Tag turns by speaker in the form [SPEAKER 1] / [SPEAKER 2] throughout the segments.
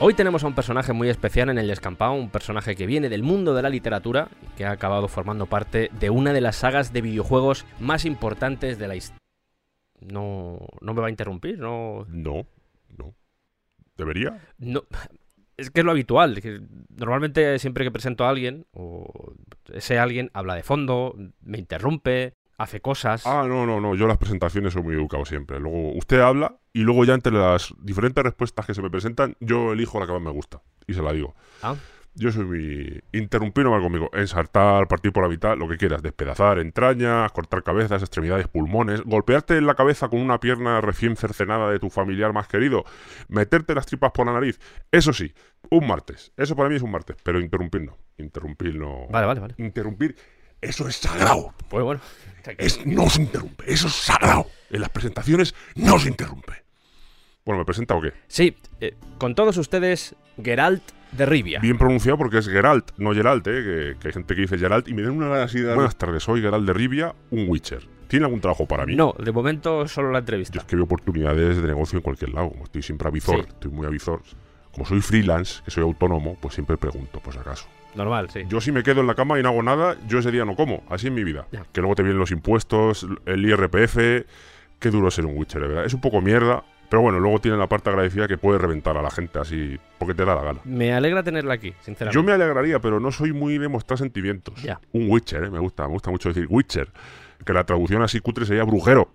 [SPEAKER 1] Hoy tenemos a un personaje muy especial en el descampado, un personaje que viene del mundo de la literatura y que ha acabado formando parte de una de las sagas de videojuegos más importantes de la historia. No, no me va a interrumpir, no.
[SPEAKER 2] No, no. ¿Debería?
[SPEAKER 1] no- Es que es lo habitual. que Normalmente siempre que presento a alguien, o ese alguien habla de fondo, me interrumpe, hace cosas.
[SPEAKER 2] Ah, no, no, no. Yo en las presentaciones soy muy educado siempre. Luego usted habla y luego ya entre las diferentes respuestas que se me presentan, yo elijo la que más me gusta y se la digo.
[SPEAKER 1] Ah.
[SPEAKER 2] Yo soy muy... Interrumpir no va conmigo. Ensartar, partir por la mitad, lo que quieras. Despedazar entrañas, cortar cabezas, extremidades, pulmones. Golpearte en la cabeza con una pierna recién cercenada de tu familiar más querido. Meterte las tripas por la nariz. Eso sí, un martes. Eso para mí es un martes. Pero interrumpir no. Interrumpir no...
[SPEAKER 1] Vale, vale, vale.
[SPEAKER 2] Interrumpir... Eso es sagrado.
[SPEAKER 1] Pues bueno.
[SPEAKER 2] Es, no se interrumpe, eso es sagrado. En las presentaciones no se interrumpe. Bueno, ¿me presenta o qué?
[SPEAKER 1] Sí, eh, con todos ustedes, Geralt de Rivia.
[SPEAKER 2] Bien pronunciado porque es Geralt, no Geralt, ¿eh? que, que hay gente que dice Geralt y me den una gana así de... Buenas tardes, soy Geralt de Rivia, un Witcher. ¿Tiene algún trabajo para mí?
[SPEAKER 1] No, de momento solo la
[SPEAKER 2] Yo
[SPEAKER 1] entrevista.
[SPEAKER 2] es que veo oportunidades de negocio en cualquier lado. Como estoy siempre avisor,
[SPEAKER 1] Sí.
[SPEAKER 2] estoy muy avisor. Como soy freelance, que soy autónomo, pues siempre pregunto, pues acaso.
[SPEAKER 1] Normal, sí.
[SPEAKER 2] Yo si me quedo en la cama y no hago nada, yo ese día no como. Así es mi vida.
[SPEAKER 1] Ya.
[SPEAKER 2] Que luego te vienen los impuestos, el IRPF. Qué duro es ser un Witcher, de ¿verdad? Es un poco mierda. Pero bueno, luego tiene la parte agradecida que puede reventar a la gente así, porque te da la gana.
[SPEAKER 1] Me alegra tenerla aquí, sinceramente.
[SPEAKER 2] Yo me alegraría, pero no soy muy de mostrar sentimientos.
[SPEAKER 1] Ya.
[SPEAKER 2] Un Witcher, ¿eh? me gusta, me gusta mucho decir Witcher. Que la traducción así cutre sería brujero.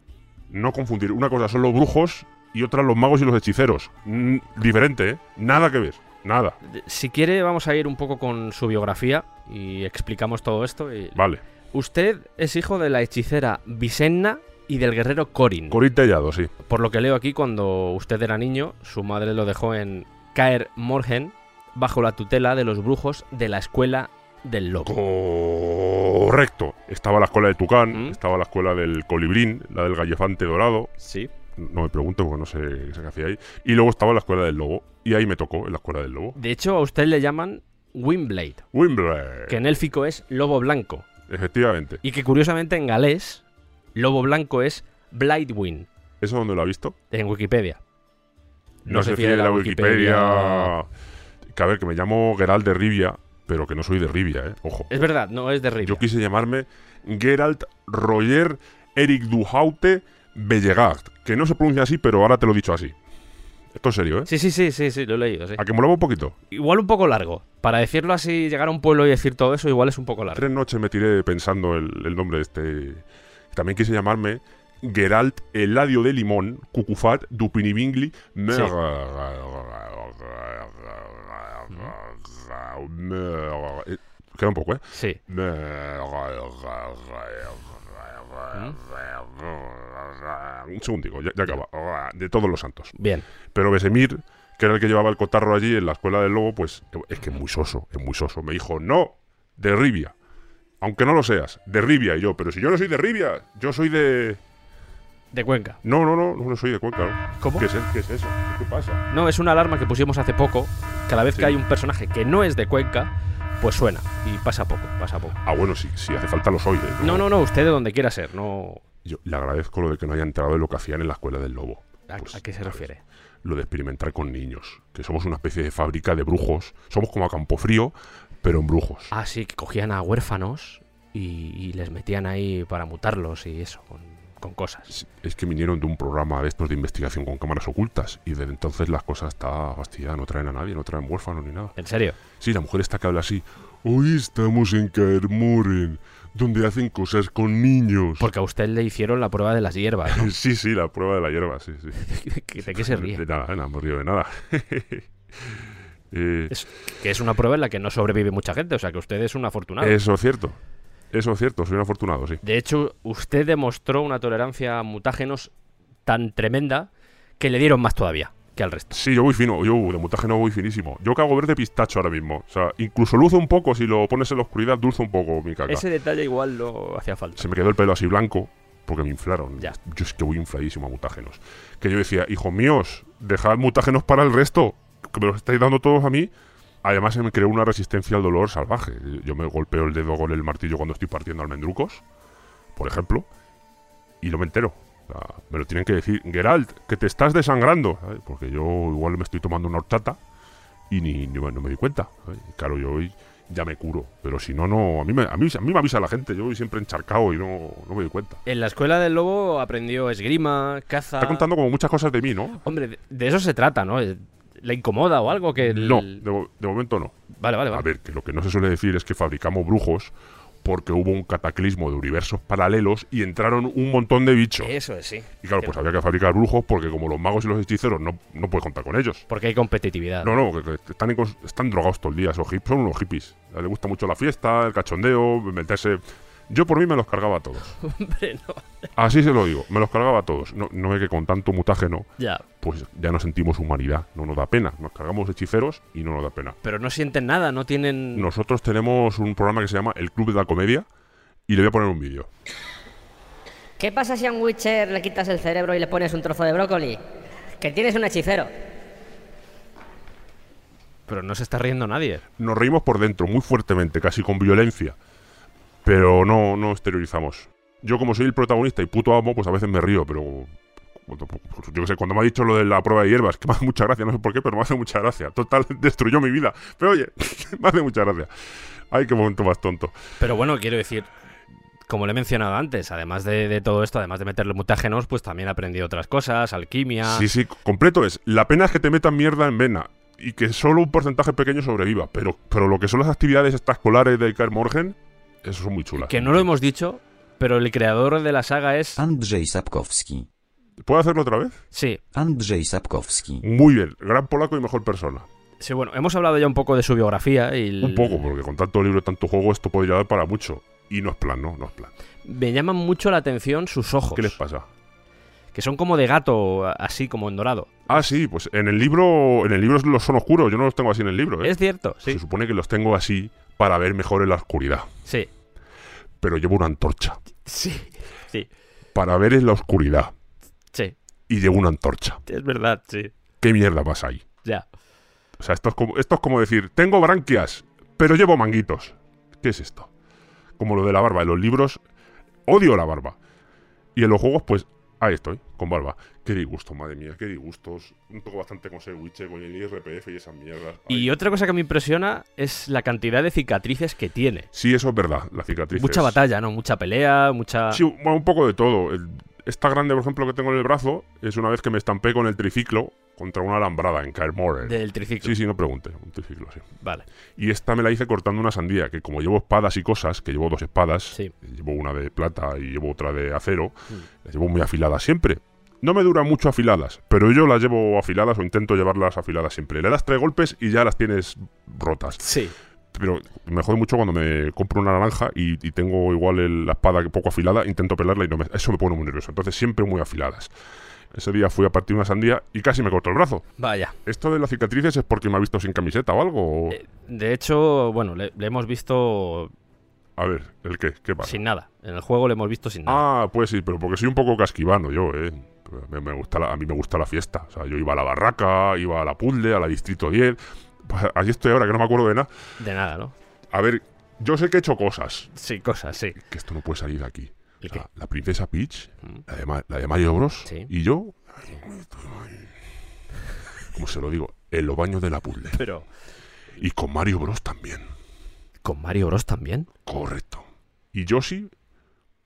[SPEAKER 2] No confundir. Una cosa son los brujos y otra los magos y los hechiceros. Mm, diferente, ¿eh? Nada que ver. Nada.
[SPEAKER 1] Si quiere, vamos a ir un poco con su biografía y explicamos todo esto. y-
[SPEAKER 2] Vale.
[SPEAKER 1] Usted es hijo de la hechicera Visenna y del guerrero Corin.
[SPEAKER 2] Corín Tellado, sí.
[SPEAKER 1] Por lo que leo aquí, cuando usted era niño, su madre lo dejó en Caer Morgen bajo la tutela de los brujos de la escuela del lobo.
[SPEAKER 2] Correcto. Estaba la escuela de Tucán,
[SPEAKER 1] ¿Mm?
[SPEAKER 2] estaba la escuela del Colibrín, la del Gallefante Dorado.
[SPEAKER 1] Sí.
[SPEAKER 2] No me pregunto porque no sé qué se hacía ahí. Y luego estaba la escuela del Lobo. Y ahí me tocó, en la escuela del Lobo.
[SPEAKER 1] De hecho, a usted le llaman Wimblade,
[SPEAKER 2] Wimbley.
[SPEAKER 1] que en élfico es lobo blanco.
[SPEAKER 2] Efectivamente.
[SPEAKER 1] Y que curiosamente en galés, lobo blanco es Blightwing,
[SPEAKER 2] ¿Eso dónde lo ha visto?
[SPEAKER 1] en Wikipedia. No se fíe
[SPEAKER 2] fíe
[SPEAKER 1] de la
[SPEAKER 2] Que a ver, que me llamo Geralt de Rivia, pero que no soy de Rivia, ¿eh? Ojo.
[SPEAKER 1] Es verdad, no es de Rivia.
[SPEAKER 2] Yo quise llamarme Geralt Roger Eric Duhaute Bellegard. Que no se pronuncia así, pero ahora te lo he dicho así. Esto es serio, ¿eh?
[SPEAKER 1] Sí, sí, sí, sí, sí, lo he leído, sí.
[SPEAKER 2] ¿A que molaba un poquito?
[SPEAKER 1] Igual un poco largo. Para decirlo así, llegar a un pueblo y decir todo eso, igual es un poco largo.
[SPEAKER 2] Tres noches me tiré pensando el, el nombre de este. También quise llamarme Geralt Eladio de Limón, Cucufat, Dupinibingli, Mer- Mer- eh, Queda un poco, ¿eh?
[SPEAKER 1] Sí.
[SPEAKER 2] Mer- Un segundico, ya, ya acaba. De todos los santos.
[SPEAKER 1] Bien.
[SPEAKER 2] Pero Besemir, que era el que llevaba el cotarro allí en la escuela del lobo, pues es que es muy soso, es muy soso. Me dijo, no, de Rivia. Aunque no lo seas, de Rivia. Y yo, pero si yo no soy de Rivia, yo soy de.
[SPEAKER 1] De Cuenca.
[SPEAKER 2] No, no, no, no, no soy de Cuenca. ¿no".
[SPEAKER 1] ¿Cómo?
[SPEAKER 2] ¿Qué es, qué es eso? ¿Qué pasa?
[SPEAKER 1] No, es una alarma que pusimos hace poco. Cada vez
[SPEAKER 2] Sí.
[SPEAKER 1] que hay un personaje que no es de Cuenca, pues suena. Y pasa poco, pasa poco.
[SPEAKER 2] Ah, bueno, si, si hace falta lo soy. ¿eh?
[SPEAKER 1] No, no, no, usted de donde quiera ser, no.
[SPEAKER 2] Yo le agradezco lo de que no haya entrado en lo que hacían en la escuela del lobo.
[SPEAKER 1] ¿A,
[SPEAKER 2] Pues,
[SPEAKER 1] a qué se
[SPEAKER 2] ¿sabes?
[SPEAKER 1] refiere?
[SPEAKER 2] Lo de experimentar con niños. Que somos una especie de fábrica de brujos. Somos como a Campofrío, pero en brujos.
[SPEAKER 1] Ah, sí, que cogían a huérfanos y, y les metían ahí para mutarlos y eso, con, con cosas.
[SPEAKER 2] Sí, Es que vinieron de un programa de estos de investigación con cámaras ocultas y desde entonces las cosas está fastidiada, no traen a nadie, no traen huérfanos ni nada.
[SPEAKER 1] ¿En serio?
[SPEAKER 2] Sí, la mujer está que habla así. Hoy estamos en Caermoren, donde hacen cosas con niños.
[SPEAKER 1] Porque a usted le hicieron la prueba de las hierbas, ¿no?
[SPEAKER 2] Sí, sí, la prueba de la hierba, sí, sí.
[SPEAKER 1] ¿De qué se ríe?
[SPEAKER 2] De nada, nada, me río de nada. Eh,
[SPEAKER 1] Es, que es una prueba en la que no sobrevive mucha gente, o sea que usted es un afortunado.
[SPEAKER 2] eso es cierto. Eso es cierto, soy un afortunado, sí.
[SPEAKER 1] De hecho, usted demostró una tolerancia a mutágenos tan tremenda que le dieron más todavía que al resto.
[SPEAKER 2] Sí, yo voy fino, yo de montaje no voy finísimo. Yo cago verde pistacho ahora mismo. O sea, incluso luce un poco, si lo pones en la oscuridad, dulce un poco mi caca.
[SPEAKER 1] Ese detalle igual lo hacía falta.
[SPEAKER 2] Se me quedó el pelo así blanco porque me inflaron.
[SPEAKER 1] Ya.
[SPEAKER 2] Yo es que voy infladísimo a mutágenos. Que yo decía, hijos míos, dejad mutágenos para el resto, que me los estáis dando todos a mí. Además se me creó una resistencia al dolor salvaje. Yo me golpeo el dedo con el martillo cuando estoy partiendo almendrucos, por ejemplo, y no me entero. O sea, me lo tienen que decir, Geralt, que te estás desangrando, ¿sabes? porque yo igual me estoy tomando una horchata y ni, ni- no me di cuenta. Ay, Claro, yo hoy ya me curo, pero si no, no. A mí, me, a, mí, a mí me avisa la gente, yo voy siempre encharcado y no, no me di cuenta.
[SPEAKER 1] En la escuela del lobo aprendió esgrima, caza.
[SPEAKER 2] Está contando como muchas cosas de mí, ¿no?
[SPEAKER 1] Hombre, de- de eso se trata, ¿no? Eh, ¿Le incomoda o algo que.? el-
[SPEAKER 2] No, de, mo- de momento no.
[SPEAKER 1] Vale, vale,
[SPEAKER 2] A
[SPEAKER 1] vale.
[SPEAKER 2] ver, que lo que no se suele decir es que fabricamos brujos porque hubo un cataclismo de universos paralelos y entraron un montón de bichos.
[SPEAKER 1] Eso es, sí.
[SPEAKER 2] Y claro, pues había que fabricar brujos porque como los magos y los hechiceros no, no puedes contar con ellos.
[SPEAKER 1] Porque hay competitividad.
[SPEAKER 2] No, no, que, que están, en cons- están drogados todo el día, esos hip- son unos hippies. A él Le gusta mucho la fiesta, el cachondeo, meterse... Yo por mí me los cargaba a todos.
[SPEAKER 1] Hombre, no.
[SPEAKER 2] Así se lo digo, me los cargaba a todos. No, no es que con tanto mutágeno,
[SPEAKER 1] Ya.
[SPEAKER 2] pues ya no sentimos humanidad, no nos da pena. Nos cargamos hechiceros y no nos da pena.
[SPEAKER 1] Pero no sienten nada, no tienen.
[SPEAKER 2] Nosotros tenemos un programa que se llama El Club de la Comedia y le voy a poner un vídeo.
[SPEAKER 3] ¿Qué pasa si a un Witcher le quitas el cerebro y le pones un trozo de brócoli? Que tienes un hechicero.
[SPEAKER 1] Pero no se está riendo nadie.
[SPEAKER 2] Nos reímos por dentro, muy fuertemente, casi con violencia, pero no, no exteriorizamos. Yo como soy el protagonista y puto amo, pues a veces me río, pero... cuando- pues, Yo qué sé, cuando me ha dicho lo de la prueba de hierbas, que me hace mucha gracia, no sé por qué, pero me hace mucha gracia. Total, destruyó mi vida. Pero oye, me hace mucha gracia. Ay, qué momento más tonto.
[SPEAKER 1] Pero bueno, quiero decir, como le he mencionado antes, además de, de todo esto, además de meterle mutágenos, pues también aprendí otras cosas, alquimia.
[SPEAKER 2] Sí, sí, completo es. La pena es que te metan mierda en vena y que solo un porcentaje pequeño sobreviva. Pero, pero lo que son las actividades extraescolares de Karl Morgen, eso son muy chulas.
[SPEAKER 1] Que no lo hemos dicho, pero el creador de la saga es.
[SPEAKER 2] Ah.
[SPEAKER 4] Andrzej Sapkowski.
[SPEAKER 2] ¿Puedo hacerlo otra vez?
[SPEAKER 1] Sí,
[SPEAKER 4] Andrzej Sapkowski.
[SPEAKER 2] Muy bien. Gran polaco y mejor persona.
[SPEAKER 1] sí, bueno, hemos hablado ya un poco de su biografía y. el-
[SPEAKER 2] Un poco, porque con tanto libro y tanto juego esto podría dar para mucho. Y no es plan, no, no es plan.
[SPEAKER 1] Me llaman mucho la atención sus ojos.
[SPEAKER 2] ¿Qué les pasa?
[SPEAKER 1] que son como de gato, así como en dorado.
[SPEAKER 2] Ah, sí, pues en el libro, en el libro los son oscuros. Yo no los tengo así en el libro. ¿eh?
[SPEAKER 1] Es cierto, sí.
[SPEAKER 2] Se supone que los tengo así para ver mejor en la oscuridad.
[SPEAKER 1] Sí.
[SPEAKER 2] Pero llevo una antorcha
[SPEAKER 1] Sí. Sí.
[SPEAKER 2] para ver en la oscuridad
[SPEAKER 1] Sí.
[SPEAKER 2] y llevo una antorcha.
[SPEAKER 1] Es verdad, sí.
[SPEAKER 2] ¿Qué mierda más hay?
[SPEAKER 1] Ya.
[SPEAKER 2] O sea, esto es como, esto es como decir, tengo branquias, pero llevo manguitos. ¿Qué es esto? Como lo de la barba. En los libros odio la barba. Y en los juegos, pues, ahí estoy, con barba. Qué disgusto, madre mía, qué disgustos. Un poco bastante con Wiche, con el IRPF y esas mierdas. Ay.
[SPEAKER 1] Y otra cosa que me impresiona es la cantidad de cicatrices que tiene.
[SPEAKER 2] Sí, eso es verdad, la cicatriz.
[SPEAKER 1] Mucha
[SPEAKER 2] es-
[SPEAKER 1] batalla, ¿no? Mucha pelea, mucha...
[SPEAKER 2] Sí, bueno, un poco de todo. El- esta grande, por ejemplo, que tengo en el brazo, es una vez que me estampé con el triciclo contra una alambrada en Caermoren.
[SPEAKER 1] Del triciclo.
[SPEAKER 2] Sí, sí, no pregunte. Un triciclo, sí.
[SPEAKER 1] Vale.
[SPEAKER 2] Y esta me la hice cortando una sandía, que como llevo espadas y cosas, que llevo dos espadas,
[SPEAKER 1] Sí. Mm.
[SPEAKER 2] llevo una de plata y llevo otra de acero, las llevo muy afiladas siempre. No me duran mucho afiladas, pero yo las llevo afiladas o intento llevarlas afiladas siempre. Le das tres golpes y ya las tienes rotas.
[SPEAKER 1] Sí.
[SPEAKER 2] Pero me jode mucho cuando me compro una naranja y, y tengo igual el- la espada que poco afilada, intento pelarla y no me, eso me pone muy nervioso. Entonces siempre muy afiladas. Ese día fui a partir una sandía y casi me cortó el brazo.
[SPEAKER 1] Vaya.
[SPEAKER 2] ¿Esto de las cicatrices es porque me ha visto sin camiseta o algo? o-
[SPEAKER 1] Eh, De hecho, bueno, le, le hemos visto
[SPEAKER 2] A ver, ¿el qué? ¿Qué pasa?
[SPEAKER 1] sin nada. En el juego le hemos visto sin nada.
[SPEAKER 2] Ah, pues sí, pero porque soy un poco casquivano yo, ¿eh? Pero Me, me gusta la- a mí me gusta la fiesta. O sea, yo iba a la barraca, iba a la puzzle, a la distrito 10. Pues allí estoy ahora, que no me acuerdo de nada.
[SPEAKER 1] De nada, ¿no?
[SPEAKER 2] A ver, yo sé que he hecho cosas.
[SPEAKER 1] Ah. Sí, cosas, sí.
[SPEAKER 2] Que esto no puede salir de aquí.
[SPEAKER 1] ¿El Mm.
[SPEAKER 2] O sea, la princesa Peach, la de, Ma- la de Mario Bros.
[SPEAKER 1] Sí.
[SPEAKER 2] Y yo... Como se lo digo, en los baños de la puzzle.
[SPEAKER 1] Pero...
[SPEAKER 2] Y con Mario Bros también.
[SPEAKER 1] ¿Con Mario Bros también?
[SPEAKER 2] Correcto. Y Yoshi,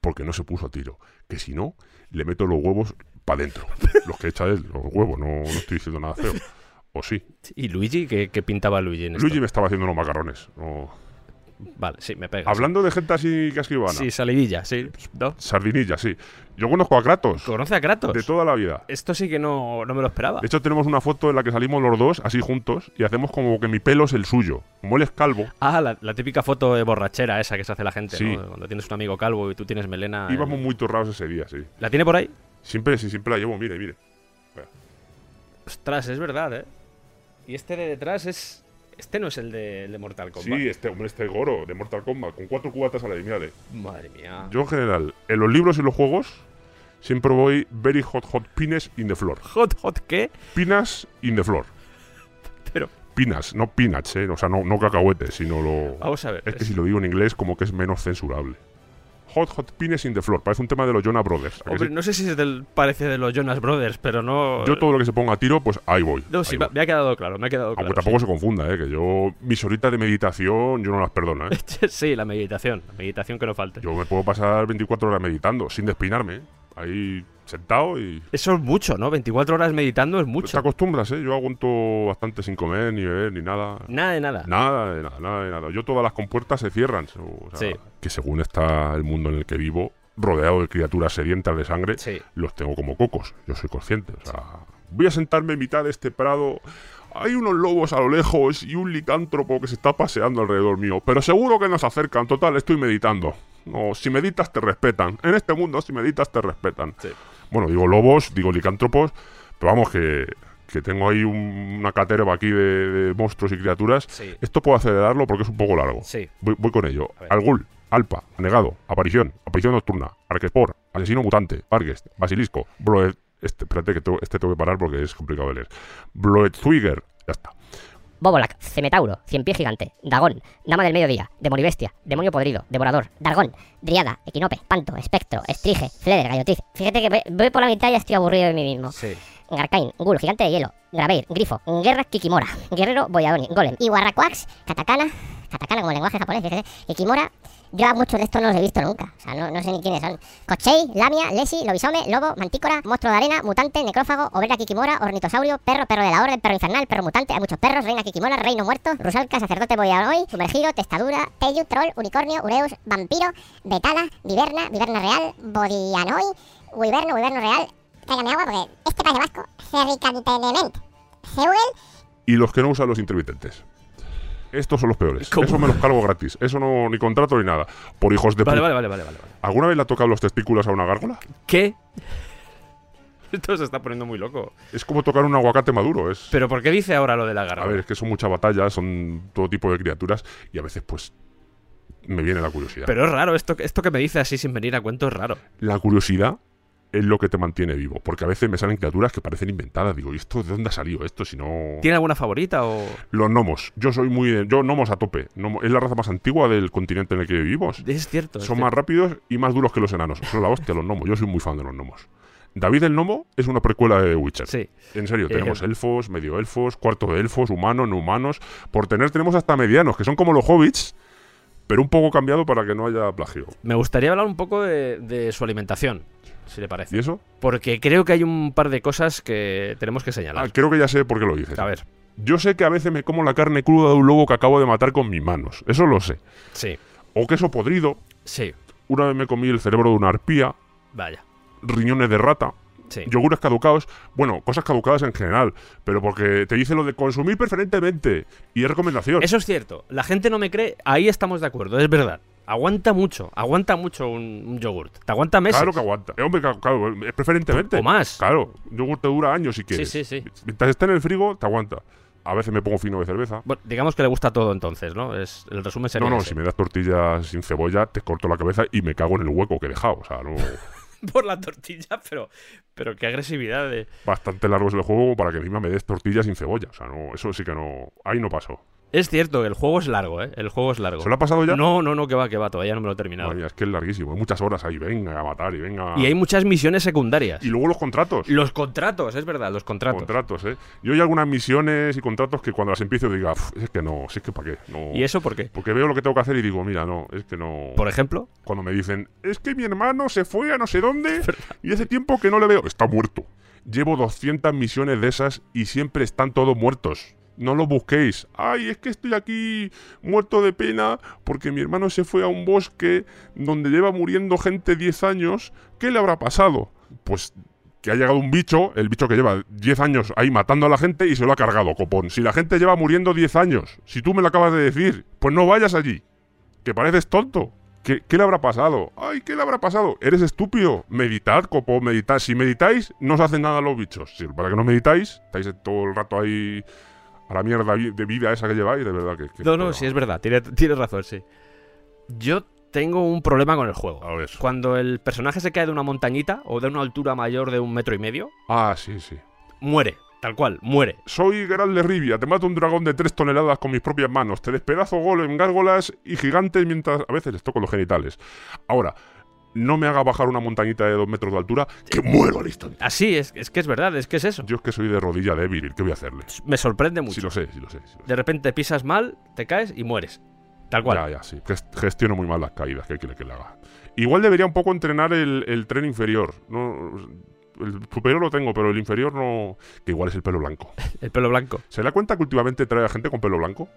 [SPEAKER 2] porque no se puso a tiro. Que si no, le meto los huevos para dentro. Los que echa él, los huevos, no, no estoy diciendo nada feo. O sí.
[SPEAKER 1] ¿Y Luigi? ¿Qué, qué pintaba Luigi en esto?
[SPEAKER 2] Luigi me estaba haciendo unos macarrones. no.
[SPEAKER 1] Vale, sí, me pega.
[SPEAKER 2] Hablando de gente así casquivana.
[SPEAKER 1] Sí, salidilla, sí. ¿No?
[SPEAKER 2] Sardinilla, sí. Yo conozco a Kratos.
[SPEAKER 1] ¿Conoce a Kratos?
[SPEAKER 2] De toda la vida.
[SPEAKER 1] Esto sí que no, no me lo esperaba.
[SPEAKER 2] De hecho, tenemos una foto en la que salimos los dos, así juntos, y hacemos como que mi pelo es el suyo. Como él es calvo,
[SPEAKER 1] Ah, la, la típica foto de borrachera esa que se hace la gente,
[SPEAKER 2] Sí.
[SPEAKER 1] ¿no? Cuando tienes un amigo calvo y tú tienes melena. eh.
[SPEAKER 2] íbamos muy torrados ese día, sí.
[SPEAKER 1] ¿La tiene por ahí?
[SPEAKER 2] Siempre, sí, siempre la llevo, mire, mire.
[SPEAKER 1] Ostras, es verdad, ¿eh? Y este de detrás es... Este no es el de, el de Mortal Kombat.
[SPEAKER 2] Sí, este hombre, este Goro, de Mortal Kombat, con cuatro cubatas a la de mírale.
[SPEAKER 1] Madre mía.
[SPEAKER 2] Yo en general, en los libros y los juegos, siempre voy very hot hot pines in the floor.
[SPEAKER 1] Hot, hot, ¿qué?
[SPEAKER 2] Pinas in the floor.
[SPEAKER 1] Pero,
[SPEAKER 2] Pinas, no peanuts,
[SPEAKER 1] Ah,
[SPEAKER 2] ¿eh? O sea, no, no cacahuetes, sino lo...
[SPEAKER 1] vamos a ver.
[SPEAKER 2] Es que si lo digo en inglés como que es menos censurable. Hot Hot Pines in the Floor. Parece un tema de los Jonah Brothers. ¿a que
[SPEAKER 1] Hombre,
[SPEAKER 2] sí?
[SPEAKER 1] no sé si es del parece de los Jonas Brothers, pero no. eh.
[SPEAKER 2] Yo todo lo que se ponga a tiro, pues ahí voy.
[SPEAKER 1] No, sí,
[SPEAKER 2] ahí Ah, pues
[SPEAKER 1] me,
[SPEAKER 2] voy.
[SPEAKER 1] me ha quedado claro, me ha quedado claro.
[SPEAKER 2] Aunque tampoco se confunda, ¿eh? que yo mis horitas de meditación yo no las perdono. ¿eh?
[SPEAKER 1] sí. Sí, la meditación, la meditación que no falte.
[SPEAKER 2] Yo me puedo pasar 24 horas meditando sin despeinarme. ¿eh? Ahí sentado y
[SPEAKER 1] Eso es mucho, ¿no? 24 horas meditando es
[SPEAKER 2] te
[SPEAKER 1] mucho.
[SPEAKER 2] acostumbras. ¿eh? Yo aguanto bastante sin comer, ni beber, ni nada.
[SPEAKER 1] Nada de nada.
[SPEAKER 2] Nada de nada, nada de nada. Yo todas las compuertas se cierran. o sea,
[SPEAKER 1] Sí.
[SPEAKER 2] Que según está el mundo en el que vivo, rodeado de criaturas sedientas de sangre,
[SPEAKER 1] Sí.
[SPEAKER 2] los tengo como cocos. Yo soy consciente. O sea, voy a sentarme en mitad de este prado. Hay unos lobos a lo lejos y un licántropo que se está paseando alrededor mío. Pero seguro que nos acercan. Total, estoy meditando. No, si meditas te respetan. En este mundo, si meditas te respetan.
[SPEAKER 1] Sí.
[SPEAKER 2] Bueno, digo lobos, digo licántropos, pero vamos que, que tengo ahí un- una caterva aquí de, de monstruos y criaturas.
[SPEAKER 1] Sí.
[SPEAKER 2] Esto puedo acelerarlo porque es un poco largo.
[SPEAKER 1] Sí.
[SPEAKER 2] Voy, voy con ello.
[SPEAKER 1] A ver.
[SPEAKER 2] Algul, Alpa, Anegado, Aparición, Aparición Nocturna, Arquespor, Asesino Mutante, Argest, Basilisco, Bloed... Este, espérate que tengo- este tengo que parar porque es complicado de leer. Bloedzwiger, ya está.
[SPEAKER 5] Bobolak, Cemetauro, Cienpié Gigante, Dagón, Dama del Mediodía, Demolibestia, Demonio Podrido, Devorador, Dargón, Driada, Equinope, Panto, Espectro, Estrige, Fleder, Gallotriz. Fíjate que ve- voy por la mitad y ya estoy aburrido de mí mismo.
[SPEAKER 1] Sí.
[SPEAKER 5] Garcain, Ghoul, Gigante de Hielo, Graveir, Grifo, Guerra Kikimora, Guerrero Boyadoni, Golem, Iwarraquax, Katakana, Katakana como lenguaje japonés, fíjate, Kikimora, yo a muchos de estos no los he visto nunca, o sea, no, no sé ni quiénes son. Cochei, Lamia, Lesi, Lobisome, Lobo, Mantícora, Monstruo de Arena, Mutante, Necrófago, Obrera Kikimora, Ornitosaurio, Perro, Perro de la Orden, Perro Infernal, Perro Mutante, hay muchos perros, Reina Kikimora, Reino Muerto, Rusalka, Sacerdote Boyadoni, Sumergido, Testadura, Teyu, Troll, Unicornio, Ureus, Vampiro, Betala, Viverna, Viverna Real, Bodianoi, Wiberno, Wiberno Real, Cállame agua porque este país de vasco se ricantenement. Seuel,
[SPEAKER 2] Y los que no usan los intermitentes. Estos son los peores. Eso me los cargo gratis. Eso no, ni contrato ni nada. Por hijos de
[SPEAKER 1] Vale,
[SPEAKER 2] puta.
[SPEAKER 1] vale, vale, vale, vale. vale.
[SPEAKER 2] ¿Alguna vez le ha tocado los testículos a una gárgola?
[SPEAKER 1] ¿Qué? Esto se está poniendo muy loco.
[SPEAKER 2] Es como tocar un aguacate maduro. Es,
[SPEAKER 1] ¿Pero por qué dice ahora lo de la garra?
[SPEAKER 2] A ver, es que son mucha batalla, son todo tipo de criaturas y a veces pues me viene la curiosidad.
[SPEAKER 1] Pero es raro, esto, esto que me dice así sin venir a cuento es raro.
[SPEAKER 2] la curiosidad es lo que te mantiene vivo, porque a veces me salen criaturas que parecen inventadas, digo, ¿y esto de dónde ha salido esto? Si no
[SPEAKER 1] ¿Tiene alguna favorita o...?
[SPEAKER 2] los gnomos, yo soy muy de- yo gnomos a tope, Gnomo- es la raza más antigua del continente en el que vivimos.
[SPEAKER 1] Es cierto. es
[SPEAKER 2] Son
[SPEAKER 1] cierto.
[SPEAKER 2] más rápidos y más duros que los enanos. Son la hostia los gnomos, yo soy muy fan de los gnomos. David el Gnomo es una precuela de The Witcher.
[SPEAKER 1] Sí.
[SPEAKER 2] En serio,
[SPEAKER 1] Eh,
[SPEAKER 2] tenemos elfos, medio elfos, cuarto de elfos, humanos, no humanos. Por tener tenemos hasta medianos, que son como los hobbits, pero un poco cambiado para que no haya plagio.
[SPEAKER 1] Me gustaría hablar un poco de, de su alimentación, si le
[SPEAKER 2] ¿Y
[SPEAKER 1] parece.
[SPEAKER 2] eso?
[SPEAKER 1] Porque creo que hay un par de cosas que tenemos que
[SPEAKER 2] Ah,
[SPEAKER 1] señalar.
[SPEAKER 2] creo que ya sé por qué lo dices.
[SPEAKER 1] A ver,
[SPEAKER 2] Yo sé que a veces me como la carne cruda de un lobo que acabo de matar con mis manos. Eso lo sé.
[SPEAKER 1] sí,
[SPEAKER 2] O queso podrido.
[SPEAKER 1] sí,
[SPEAKER 2] Una vez me comí el cerebro de una arpía,
[SPEAKER 1] vaya,
[SPEAKER 2] riñones de rata,
[SPEAKER 1] sí.
[SPEAKER 2] yogures caducados. Bueno, cosas caducadas en general. Pero porque te dice lo de consumir preferentemente. Y es recomendación.
[SPEAKER 1] Eso es cierto. La gente no me cree, ahí estamos de acuerdo, es verdad. Aguanta mucho, aguanta mucho un, un yogurt. Te aguanta meses.
[SPEAKER 2] Claro que aguanta. Eh, hombre, claro, claro, es preferentemente.
[SPEAKER 1] O más.
[SPEAKER 2] Claro, yogur te dura años si quieres.
[SPEAKER 1] sí, sí.
[SPEAKER 2] Mientras esté en el frigo, te aguanta. A veces me pongo fino de cerveza.
[SPEAKER 1] Bueno, digamos que le gusta todo entonces, ¿no? Es, el resumen sería
[SPEAKER 2] No, no,
[SPEAKER 1] ese.
[SPEAKER 2] si me das tortillas sin cebolla, te corto la cabeza y me cago en el hueco que he dejado. O sea, no,
[SPEAKER 1] Por la tortilla, pero, pero qué agresividad de...
[SPEAKER 2] bastante largo es el juego para que encima me des tortillas sin cebolla. O sea, no, eso sí que no. Ahí no pasó.
[SPEAKER 1] Es cierto, el juego es largo, ¿eh? El juego es largo.
[SPEAKER 2] ¿Se lo ha pasado ya?
[SPEAKER 1] No, no, no, que va, que va, todavía no me lo he terminado.
[SPEAKER 2] Madre mía, es que es larguísimo. Hay muchas horas ahí. Venga a matar y venga.
[SPEAKER 1] Y hay muchas misiones secundarias.
[SPEAKER 2] Y luego los contratos.
[SPEAKER 1] Los contratos, es verdad, los contratos.
[SPEAKER 2] Contratos, ¿eh? Yo hay algunas misiones y contratos que cuando las empiezo diga, "Uf, es que no, si es que para qué. No.
[SPEAKER 1] ¿Y eso por qué?
[SPEAKER 2] Porque veo lo que tengo que hacer y digo, mira, no, es que no.
[SPEAKER 1] Por ejemplo,
[SPEAKER 2] Cuando me dicen, es que mi hermano se fue a no sé dónde y hace tiempo que no le veo. Está muerto. Llevo 200 misiones de esas y siempre están todos muertos. No lo busquéis. Ay, es que estoy aquí muerto de pena porque mi hermano se fue a un bosque donde lleva muriendo gente 10 años. ¿Qué le habrá pasado? Pues que ha llegado un bicho, el bicho que lleva 10 años ahí matando a la gente y se lo ha cargado, copón. Si la gente lleva muriendo 10 años, si tú me lo acabas de decir, pues no vayas allí. Que pareces tonto. ¿Qué, qué le habrá pasado? ¡Ay, qué le habrá pasado! Eres estúpido. Meditad, copo, meditad. Si meditáis, no os hacen nada los bichos. Si para que no meditáis, estáis todo el rato ahí a la mierda vi- de vida esa que lleváis, de verdad que. que-
[SPEAKER 1] no, no,
[SPEAKER 2] pero-
[SPEAKER 1] sí, es verdad, tiene- tienes razón, sí. Yo tengo un problema con el juego.
[SPEAKER 2] A ver.
[SPEAKER 1] Cuando el personaje se cae de una montañita o de una altura mayor de un metro y medio,
[SPEAKER 2] Ah, sí, sí.
[SPEAKER 1] muere, tal cual, muere.
[SPEAKER 2] Soy Geralt de Rivia, te mato un dragón de 3 toneladas con mis propias manos, te despedazo golem, gárgolas y gigantes mientras a veces les toco los genitales. Ahora, no me haga bajar una montañita de dos metros de altura, que muero al instante.
[SPEAKER 1] Así es, es que es verdad, es que es eso.
[SPEAKER 2] Yo es que soy de rodilla débil, ¿qué voy a hacerle?
[SPEAKER 1] Me sorprende mucho.
[SPEAKER 2] Si lo sé, si lo sé. sí lo sé.
[SPEAKER 1] De repente pisas mal, te caes y mueres. Tal cual.
[SPEAKER 2] Ya, ya, sí. Gest- Gestiono muy mal las caídas, ¿qué quiere que le haga? Igual debería un poco entrenar el, el tren inferior. No, el superior lo tengo, pero el inferior no. Que igual es el pelo blanco.
[SPEAKER 1] El pelo blanco.
[SPEAKER 2] ¿Se da cuenta que últimamente trae a gente con pelo blanco?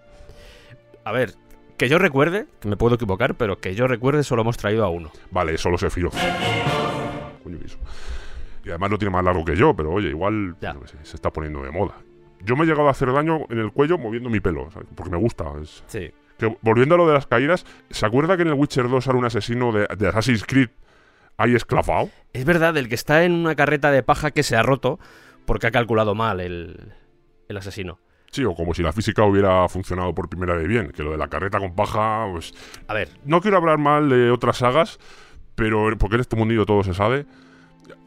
[SPEAKER 1] A ver, que yo recuerde, que me puedo equivocar, pero que yo recuerde solo hemos traído a uno.
[SPEAKER 2] Vale, solo Sefiro. Coño, ¿qué hizo? Y además lo tiene más largo que yo, pero oye, igual
[SPEAKER 1] Ya.
[SPEAKER 2] yo qué sé, se está poniendo de moda. Yo me he llegado a hacer daño en el cuello moviendo mi pelo, ¿sabes? porque me gusta. es-
[SPEAKER 1] Sí.
[SPEAKER 2] Que, volviendo a lo de las caídas, ¿se acuerda que en el Witcher 2 era un asesino de, de Assassin's Creed ahí esclavado?
[SPEAKER 1] Es verdad, el que está en una carreta de paja que se ha roto porque ha calculado mal el, el asesino.
[SPEAKER 2] Sí, o como si la física hubiera funcionado por primera vez bien, que lo de la carreta con paja, pues...
[SPEAKER 1] A ver,
[SPEAKER 2] No quiero hablar mal de otras sagas, pero porque en este mundillo todo se sabe.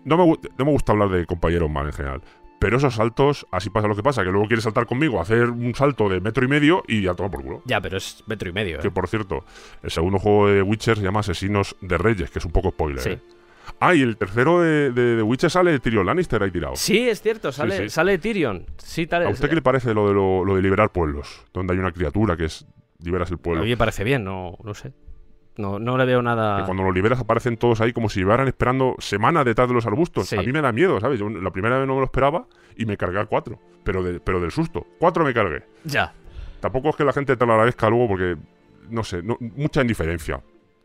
[SPEAKER 2] No me, gu- no me gusta hablar de compañeros mal en general. Pero esos saltos, así pasa lo que pasa, que luego quieres saltar conmigo, hacer un salto de metro y medio y ya toma por culo.
[SPEAKER 1] ya, pero es metro y medio. ¿eh?
[SPEAKER 2] Que por cierto, el segundo juego de Witcher se llama Asesinos de Reyes, que es un poco spoiler.
[SPEAKER 1] Sí.
[SPEAKER 2] ¿eh? Ah, y el tercero de, de- de Witcher sale Tyrion Lannister ahí tirado.
[SPEAKER 1] Sí, es cierto, sale,
[SPEAKER 2] sí.
[SPEAKER 1] sale Tyrion. Sí, tal
[SPEAKER 2] ¿A usted qué le parece lo de, lo, lo de liberar pueblos? Donde hay una criatura que es... Liberas el
[SPEAKER 1] A
[SPEAKER 2] pueblo.
[SPEAKER 1] mí me parece bien, no, no sé. No, no le veo
[SPEAKER 2] Que
[SPEAKER 1] nada.
[SPEAKER 2] cuando lo liberas aparecen todos ahí como si llevaran esperando semanas detrás de los arbustos.
[SPEAKER 1] Sí.
[SPEAKER 2] A mí me da miedo, ¿sabes? Yo la primera vez no me lo esperaba y me cargué a cuatro. Pero, de- pero del susto. Cuatro me cargué.
[SPEAKER 1] Ya.
[SPEAKER 2] Tampoco es que la gente te lo agradezca luego porque, no sé, no- mucha indiferencia.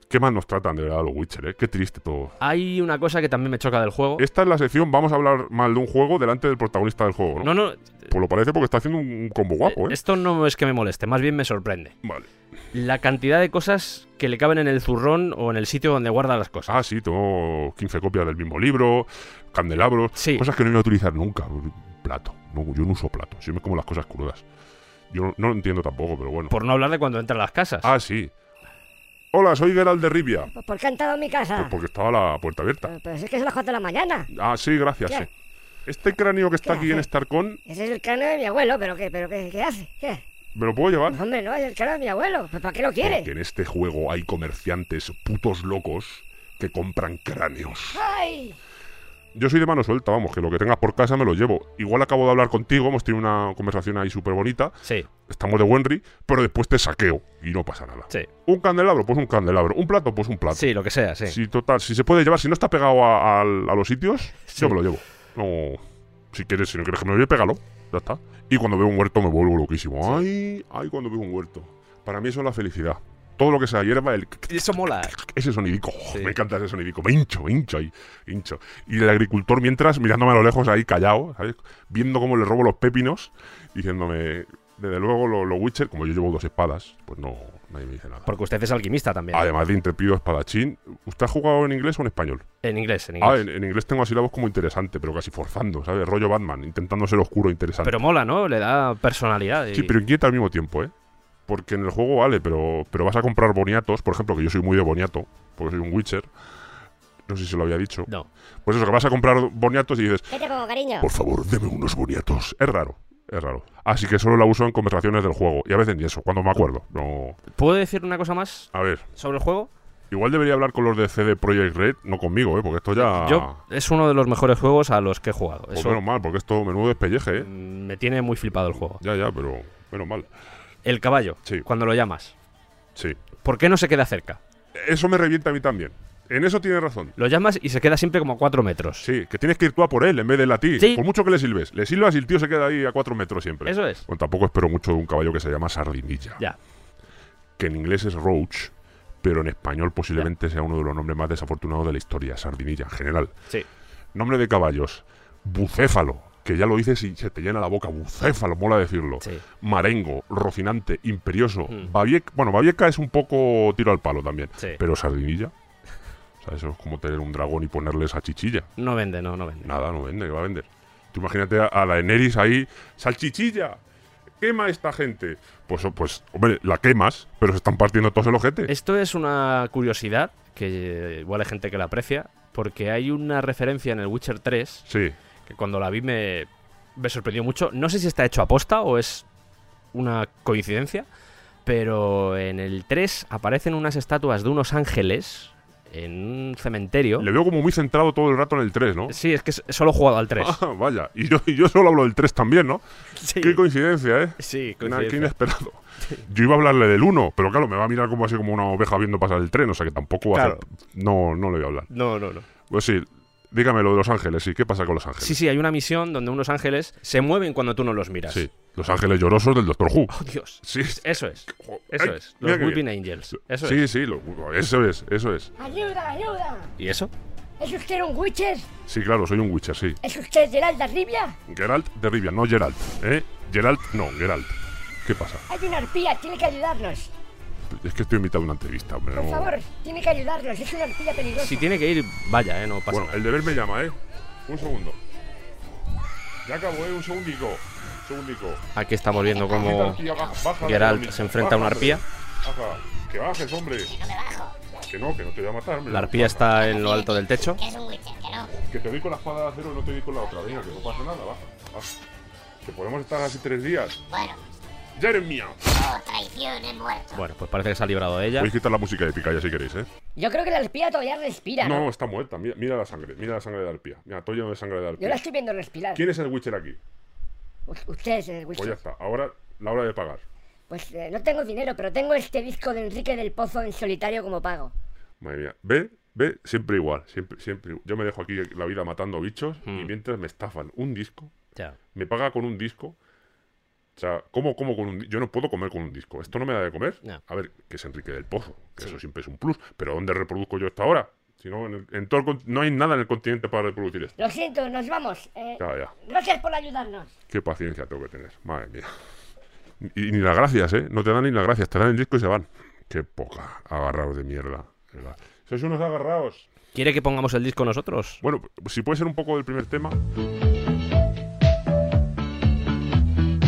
[SPEAKER 2] ¿Qué más nos tratan de verdad los Witcher, eh? Qué triste todo.
[SPEAKER 1] Hay una cosa que también me choca del juego.
[SPEAKER 2] Esta es la sección, vamos a hablar mal de un juego delante del protagonista del juego,
[SPEAKER 1] No,
[SPEAKER 2] ¿no?
[SPEAKER 1] no,
[SPEAKER 2] Pues lo parece porque está haciendo un combo guapo, ¿eh?
[SPEAKER 1] esto no es que me moleste, más bien me sorprende.
[SPEAKER 2] Vale.
[SPEAKER 1] La cantidad de cosas que le caben en el zurrón o en el sitio donde guarda las cosas.
[SPEAKER 2] Ah, sí, tengo 15 copias del mismo libro, candelabros,
[SPEAKER 1] Sí.
[SPEAKER 2] cosas que no voy a utilizar nunca. Plato. No, yo no uso plato. Yo me como las cosas crudas. Yo no, no lo entiendo tampoco, pero bueno.
[SPEAKER 1] Por no hablar de cuando entra a las casas.
[SPEAKER 2] Ah, sí. Hola, soy Gerald de Rivia.
[SPEAKER 3] Pues, ¿Por qué han entrado en mi casa?
[SPEAKER 2] Pues porque estaba la puerta abierta.
[SPEAKER 3] Pero, pero si es que son las 4 de la mañana.
[SPEAKER 2] Ah, sí, gracias.
[SPEAKER 3] Eh. ¿Qué?
[SPEAKER 2] sí. Este cráneo que está
[SPEAKER 3] ¿Qué
[SPEAKER 2] aquí en
[SPEAKER 3] hace?
[SPEAKER 2] Starcon,
[SPEAKER 3] Ese es el cráneo de mi abuelo, pero ¿qué, pero qué, qué hace? ¿Qué?
[SPEAKER 2] ¿me lo puedo llevar?
[SPEAKER 3] Pues, hombre, no, es el cráneo de mi abuelo. ¿Pues para qué lo quiere?
[SPEAKER 2] Porque en este juego hay comerciantes putos locos que compran cráneos.
[SPEAKER 3] ¡Ay!
[SPEAKER 2] Yo soy de mano suelta, vamos, que lo que tengas por casa me lo llevo. Igual acabo de hablar contigo, hemos tenido una conversación ahí súper bonita.
[SPEAKER 1] Sí,
[SPEAKER 2] estamos de Wenry, pero después te saqueo y no pasa nada.
[SPEAKER 1] sí.
[SPEAKER 2] Un candelabro, pues un candelabro. Un plato, pues un plato.
[SPEAKER 1] Sí, lo que sea, sí.
[SPEAKER 2] Si total, si se puede llevar, si no está pegado a, al- a los sitios,
[SPEAKER 1] Sí.
[SPEAKER 2] yo me lo llevo. No, si quieres, si no quieres que me lo lleve, pégalo. Ya está. Y cuando veo un huerto me vuelvo loquísimo. Ay, ay, cuando veo un huerto. Para mí eso es la felicidad. Todo lo que sea hierba, el
[SPEAKER 1] Eso mola.
[SPEAKER 2] ese sonidico, oh,
[SPEAKER 1] Sí.
[SPEAKER 2] me encanta ese sonidico, me hincho, me hincho ahí, hincho. Y el agricultor mientras mirándome a lo lejos ahí callado, ¿sabes? Viendo cómo le robo los pepinos, diciéndome, desde luego los Witcher, como yo llevo dos espadas, pues no, nadie me dice nada.
[SPEAKER 1] Porque usted es alquimista también.
[SPEAKER 2] Además de intrépido espadachín, ¿usted ha jugado en inglés o en español?
[SPEAKER 1] En inglés, en inglés.
[SPEAKER 2] Ah, en, en inglés tengo así la voz como interesante, pero casi forzando, ¿sabes? Rollo Batman, intentando ser oscuro, e interesante.
[SPEAKER 1] Pero mola, ¿no? Le da personalidad. y-
[SPEAKER 2] Sí, pero inquieta al mismo tiempo, ¿eh? Porque en el juego vale, pero, pero vas a comprar boniatos, por ejemplo, que yo soy muy de boniato, porque soy un Witcher. No sé si lo había dicho.
[SPEAKER 1] No.
[SPEAKER 2] Pues eso, que vas a comprar boniatos y dices,
[SPEAKER 5] ¿Qué te pongo, cariño?
[SPEAKER 2] por favor, deme unos boniatos. Es raro, es raro. Así que solo la uso en conversaciones del juego. Y a veces ni eso, cuando me acuerdo. No.
[SPEAKER 1] ¿Puedo decir una cosa más
[SPEAKER 2] A ver,
[SPEAKER 1] sobre el juego?
[SPEAKER 2] igual debería hablar con los de CD Projekt Red, no conmigo, ¿eh? Porque esto ya.
[SPEAKER 1] Yo es uno de los mejores juegos a los que he jugado.
[SPEAKER 2] Pues
[SPEAKER 1] Eso
[SPEAKER 2] menos mal, porque esto menudo despelleje, ¿eh?
[SPEAKER 1] mm, me tiene muy flipado el juego.
[SPEAKER 2] Ya, ya, pero menos mal.
[SPEAKER 1] El caballo,
[SPEAKER 2] Sí.
[SPEAKER 1] cuando lo llamas.
[SPEAKER 2] Sí.
[SPEAKER 1] ¿Por qué no se queda cerca?
[SPEAKER 2] Eso me revienta a mí también. En eso tiene razón.
[SPEAKER 1] Lo llamas y se queda siempre como a cuatro metros.
[SPEAKER 2] Sí, que tienes que ir tú a por él en vez de él a ti.
[SPEAKER 1] Sí.
[SPEAKER 2] Por mucho que le silbes. Le silbas y el tío se queda ahí a cuatro metros siempre.
[SPEAKER 1] Eso es.
[SPEAKER 2] Bueno, tampoco espero mucho de un caballo que se llama Sardinilla.
[SPEAKER 1] Ya.
[SPEAKER 2] Que en inglés es Roach, pero en español posiblemente sea uno de los nombres más desafortunados de la historia. Sardinilla, en general.
[SPEAKER 1] Sí.
[SPEAKER 2] Nombre de caballos. Bucéfalo. Que ya lo dices y se te llena la boca. Bucéfalo, mola decirlo.
[SPEAKER 1] Sí.
[SPEAKER 2] Marengo, rocinante, imperioso.
[SPEAKER 1] Mm.
[SPEAKER 2] Babieca- bueno, Babieca es un poco tiro al palo también.
[SPEAKER 1] Sí.
[SPEAKER 2] Pero Sardinilla. O sea, eso es como tener un dragón y ponerle esa chichilla.
[SPEAKER 1] No vende, no, no vende.
[SPEAKER 2] Nada, no vende, que va a vender. Tú imagínate a, a la Eneris ahí, salchichilla, quema a esta gente. Pues, oh, pues, hombre, la quemas, pero se están partiendo todos el ojete.
[SPEAKER 1] Esto es una curiosidad que eh, igual hay gente que la aprecia, porque hay una referencia en el Witcher 3
[SPEAKER 2] Sí,
[SPEAKER 1] que cuando la vi me, me sorprendió mucho. No sé si está hecho a posta o es una coincidencia, pero en el 3 aparecen unas estatuas de unos ángeles en un cementerio.
[SPEAKER 2] Le veo como muy centrado todo el rato en el 3, ¿no?
[SPEAKER 1] Sí, es que s- solo he jugado al 3.
[SPEAKER 2] Ah, vaya, y yo, y yo solo hablo del 3 también, ¿no?
[SPEAKER 1] sí,
[SPEAKER 2] Qué coincidencia, ¿eh?
[SPEAKER 1] sí,
[SPEAKER 2] Qué na- Qué
[SPEAKER 1] coincidencia.
[SPEAKER 2] inesperado. Yo iba a hablarle del 1, pero claro, me va a mirar como así como una oveja viendo pasar el tren, o sea que tampoco va a hacer- No, no le voy a hablar.
[SPEAKER 1] No, no, no.
[SPEAKER 2] Pues sí, dígame lo de Los Ángeles, sí, ¿qué pasa con Los Ángeles?
[SPEAKER 1] Sí, sí, hay una misión donde unos ángeles se mueven cuando tú no los miras.
[SPEAKER 2] Sí, Los Ángeles llorosos del Doctor Who.
[SPEAKER 1] Oh, Dios.
[SPEAKER 2] Sí,
[SPEAKER 1] Eso es.
[SPEAKER 2] Jo-
[SPEAKER 1] Eso
[SPEAKER 2] ay,
[SPEAKER 1] es.
[SPEAKER 2] mira
[SPEAKER 1] Los
[SPEAKER 2] qué
[SPEAKER 1] Weeping
[SPEAKER 2] bien.
[SPEAKER 1] Angels. Eso
[SPEAKER 2] sí,
[SPEAKER 1] es.
[SPEAKER 2] sí, lo- eso es, eso es.
[SPEAKER 6] ¡Ayuda, ayuda!
[SPEAKER 1] ¿Y eso?
[SPEAKER 6] ¿Es usted un Witcher?
[SPEAKER 2] Sí, claro, soy un Witcher, sí.
[SPEAKER 6] ¿Es usted Geralda Rivia?
[SPEAKER 2] Geralt de Rivia, no Geralt, ¿eh? Geralt, no, Geralt. ¿Qué pasa?
[SPEAKER 6] Hay una arpía, tiene que ayudarnos.
[SPEAKER 2] Es que estoy invitado a una entrevista, hombre.
[SPEAKER 6] Por
[SPEAKER 2] no-
[SPEAKER 6] favor, tiene que ayudarnos, es una arpía peligrosa.
[SPEAKER 1] Si tiene que ir, vaya, eh, no pasa
[SPEAKER 2] Bueno, el deber me llama, ¿eh? Un segundo. Ya acabo, ¿eh? Un segundico. Un segundico.
[SPEAKER 1] nada. Aquí estamos viendo
[SPEAKER 2] Quita
[SPEAKER 1] cómo
[SPEAKER 2] aquí, ya baja, baja de
[SPEAKER 1] Geralt
[SPEAKER 2] camino.
[SPEAKER 1] se enfrenta a una
[SPEAKER 2] Baja, hombre.
[SPEAKER 1] arpía.
[SPEAKER 2] Baja. Que bajes, hombre. Que no, que no te voy a matar, hombre.
[SPEAKER 1] la arpía está en lo alto del techo.
[SPEAKER 5] Que es un Witcher, que no.
[SPEAKER 2] Que te doy con la espada de acero y no te doy con la otra. Venga, que no pasa nada, baja. baja. Que podemos estar así tres días.
[SPEAKER 5] Bueno,
[SPEAKER 2] ¡Jeremia!
[SPEAKER 5] por traición he muerto.
[SPEAKER 1] Bueno, pues parece que se ha librado de ella.
[SPEAKER 2] Podéis quitar la música épica ya si queréis, ¿eh?
[SPEAKER 3] Yo creo que la arpía todavía respira.
[SPEAKER 2] No, está muerta. Mira, mira la sangre. Mira la sangre de la arpía. Mira, estoy lleno de sangre de
[SPEAKER 3] Yo la
[SPEAKER 2] arpía.
[SPEAKER 3] estoy viendo respirar.
[SPEAKER 2] ¿Quién es el Witcher aquí?
[SPEAKER 3] U- Usted es el
[SPEAKER 2] Pues ya
[SPEAKER 3] Witcher.
[SPEAKER 2] está. Ahora, la hora de pagar.
[SPEAKER 3] Pues eh, no tengo dinero, pero tengo este disco de Enrique del Pozo en solitario como pago.
[SPEAKER 2] Madre mía. Ve, ve, siempre igual. Siempre, siempre. Yo me dejo aquí la vida matando bichos
[SPEAKER 3] Hmm.
[SPEAKER 2] y mientras me estafan un disco,
[SPEAKER 1] Ya.
[SPEAKER 2] me paga con un disco. O sea, ¿cómo como con un disco? Yo no puedo comer con un disco. Esto no me da de comer.
[SPEAKER 1] No.
[SPEAKER 2] A ver, que es Enrique del Pozo. Que eso siempre es un plus. Pero ¿dónde reproduzco yo esta hora? Si no, en, el- en todo el con- no hay nada en el continente para reproducir esto.
[SPEAKER 6] Lo siento, nos vamos. Eh,
[SPEAKER 2] Ya, ya.
[SPEAKER 6] gracias por ayudarnos.
[SPEAKER 2] Qué paciencia tengo que tener. Madre mía. Y ni las gracias, ¿eh? No te dan ni las gracias. Te dan el disco y se van. Qué poca. Agarrados de mierda. de verdad. Sois unos agarrados.
[SPEAKER 1] ¿Quiere que pongamos el disco nosotros?
[SPEAKER 2] Bueno, si puede ser un poco del primer tema.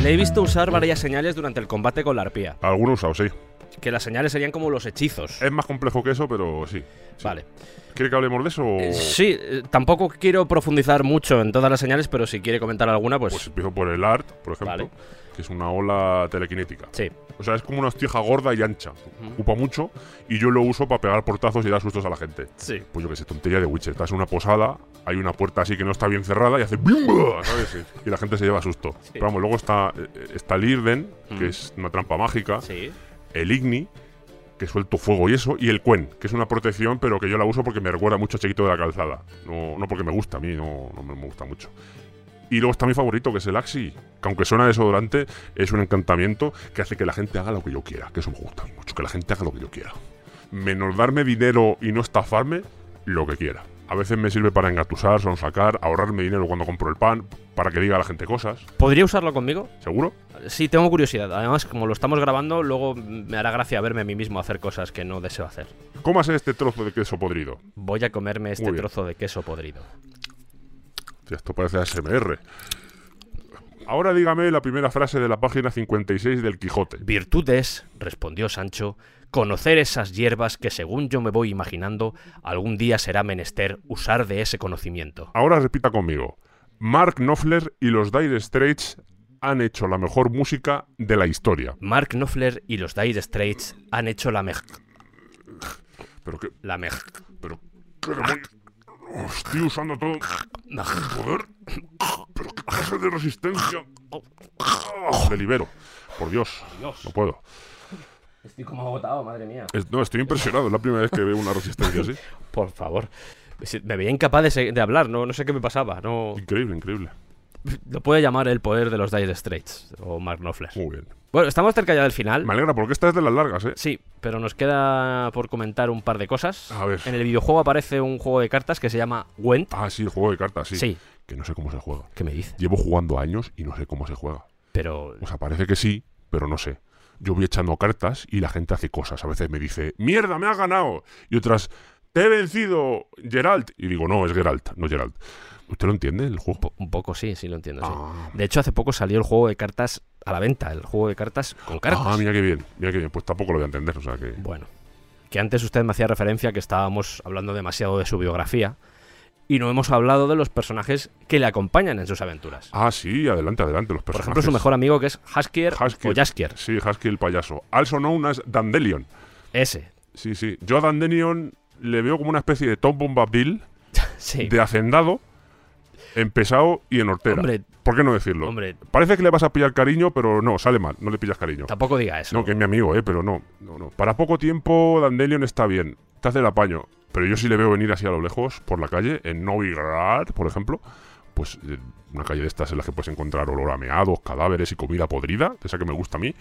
[SPEAKER 1] Le he visto usar varias señales durante el combate con la arpía.
[SPEAKER 2] Algunos usados, sí.
[SPEAKER 1] Que las señales serían como los hechizos.
[SPEAKER 2] Es más complejo que eso, pero sí. Eh, sí.
[SPEAKER 1] Vale.
[SPEAKER 2] ¿Quiere que hablemos de eso? o-
[SPEAKER 1] Sí, eh, tampoco quiero profundizar mucho en todas las señales, pero si quiere comentar alguna, pues,
[SPEAKER 2] Pues empiezo por el art, por ejemplo.
[SPEAKER 1] Vale.
[SPEAKER 2] Que es una ola telequinética.
[SPEAKER 1] sí.
[SPEAKER 2] O sea, es como una hostija gorda y ancha. Ocupa mucho y yo lo uso para pegar portazos y dar sustos a la gente.
[SPEAKER 1] Sí.
[SPEAKER 2] Pues yo que sé, tontería de Witcher. Estás en una posada, hay una puerta así que no está bien cerrada y hace ¡bimba! ¿sabes? Y la gente se lleva susto. Pero vamos, luego está, eh, está el Irden, que es una trampa mágica,
[SPEAKER 1] Sí.
[SPEAKER 2] el Igni, que suelto fuego y eso, y el Quen, que es una protección, pero que yo la uso porque me recuerda mucho a Chiquito de la Calzada. No, no porque me gusta a mí, no, no me gusta mucho. Y luego está mi favorito, que es el Axi, que aunque suena desodorante, es un encantamiento que hace que la gente haga lo que yo quiera, que eso me gusta mucho, que la gente haga lo que yo quiera. Menos darme dinero y no estafarme, lo que quiera. A veces me sirve para engatusar, sonsacar, ahorrarme dinero cuando compro el pan, para que diga a la gente cosas.
[SPEAKER 1] ¿Podría usarlo conmigo?
[SPEAKER 2] ¿Seguro?
[SPEAKER 1] Sí, tengo curiosidad. Además, como lo estamos grabando, luego me hará gracia verme a mí mismo hacer cosas que no deseo hacer.
[SPEAKER 2] Cómase este trozo de queso podrido.
[SPEAKER 1] Voy a comerme este
[SPEAKER 2] Muy bien.
[SPEAKER 1] trozo de queso podrido.
[SPEAKER 2] Hostia, Esto parece ASMR. Ahora dígame la primera frase de la página 56 del Quijote.
[SPEAKER 1] Virtudes, respondió Sancho, conocer esas hierbas que según yo me voy imaginando, algún día será menester usar de ese conocimiento.
[SPEAKER 2] Ahora repita conmigo. Mark Knopfler y los Dire Straits han hecho la mejor música de la historia.
[SPEAKER 1] Mark Knopfler y los Dire Straits han hecho la mej...
[SPEAKER 2] Pero que...
[SPEAKER 1] La mej...
[SPEAKER 2] Pero... qué demonios. Estoy usando todo...
[SPEAKER 1] mej-
[SPEAKER 2] Joder. Pero qué clase de resistencia. Me libero. Por Dios. No puedo.
[SPEAKER 1] Estoy como agotado, madre mía.
[SPEAKER 2] Es- no, estoy impresionado. Es la primera vez que veo una resistencia así.
[SPEAKER 1] Por favor. Si- Me veía incapaz de, se- de hablar, no, no sé qué me pasaba. No...
[SPEAKER 2] Increíble, increíble.
[SPEAKER 1] Lo puede llamar el poder de los Dire Straits o Mark Knopfler.
[SPEAKER 2] Muy bien.
[SPEAKER 1] Bueno, estamos cerca ya del final.
[SPEAKER 2] Me alegra porque esta es de las largas, ¿eh?
[SPEAKER 1] Sí, pero nos queda por comentar un par de cosas.
[SPEAKER 2] A ver.
[SPEAKER 1] En el videojuego aparece un juego de cartas que se llama Went.
[SPEAKER 2] Ah, sí, el juego de cartas, sí.
[SPEAKER 1] Sí.
[SPEAKER 2] Que no sé cómo se juega.
[SPEAKER 1] ¿Qué me dice?
[SPEAKER 2] Llevo jugando años y no sé cómo se juega.
[SPEAKER 1] Pero
[SPEAKER 2] O sea, parece que sí, pero no sé. Yo voy echando cartas y la gente hace cosas. A veces me dice, ¡Mierda, me has ganado! Y otras, ¡Te he vencido, Geralt! Y digo, no, es Geralt, no Geralt. ¿Usted lo entiende el juego?
[SPEAKER 1] po- un poco sí, sí lo entiendo. sí.
[SPEAKER 2] Ah.
[SPEAKER 1] De hecho, hace poco salió el juego de cartas a la venta, el juego de cartas con cartas.
[SPEAKER 2] Ah, mira qué bien, mira qué bien. Pues tampoco lo voy a entender, o sea que...
[SPEAKER 1] Bueno, que antes usted me hacía referencia que estábamos hablando demasiado de su biografía y no hemos hablado de los personajes que le acompañan en sus aventuras.
[SPEAKER 2] Ah, sí, adelante, adelante, los
[SPEAKER 1] Por
[SPEAKER 2] personajes.
[SPEAKER 1] ejemplo, su mejor amigo que es Haskier o
[SPEAKER 2] Haskell.
[SPEAKER 1] Jaskier.
[SPEAKER 2] Sí, Haskell el payaso. Also known as Dandelion.
[SPEAKER 1] Ese.
[SPEAKER 2] Sí, sí. Yo a Dandelion le veo como una especie de Tom Bombadil
[SPEAKER 1] Sí.
[SPEAKER 2] de hacendado, empezado y en hortera.
[SPEAKER 1] Hombre.
[SPEAKER 2] ¿Por qué no decirlo?
[SPEAKER 1] Hombre.
[SPEAKER 2] Parece que le vas a pillar cariño, pero no, sale mal, no le pillas cariño.
[SPEAKER 1] Tampoco diga eso.
[SPEAKER 2] No, que es mi amigo, eh, pero no, no, no. Para poco tiempo, Dandelion está bien, te hace el apaño. Pero yo sí le veo venir así a lo lejos, por la calle, en Novigrad, por ejemplo. Pues eh, una calle de estas en las que puedes encontrar olor a meados, cadáveres y comida podrida, esa que me gusta a mí.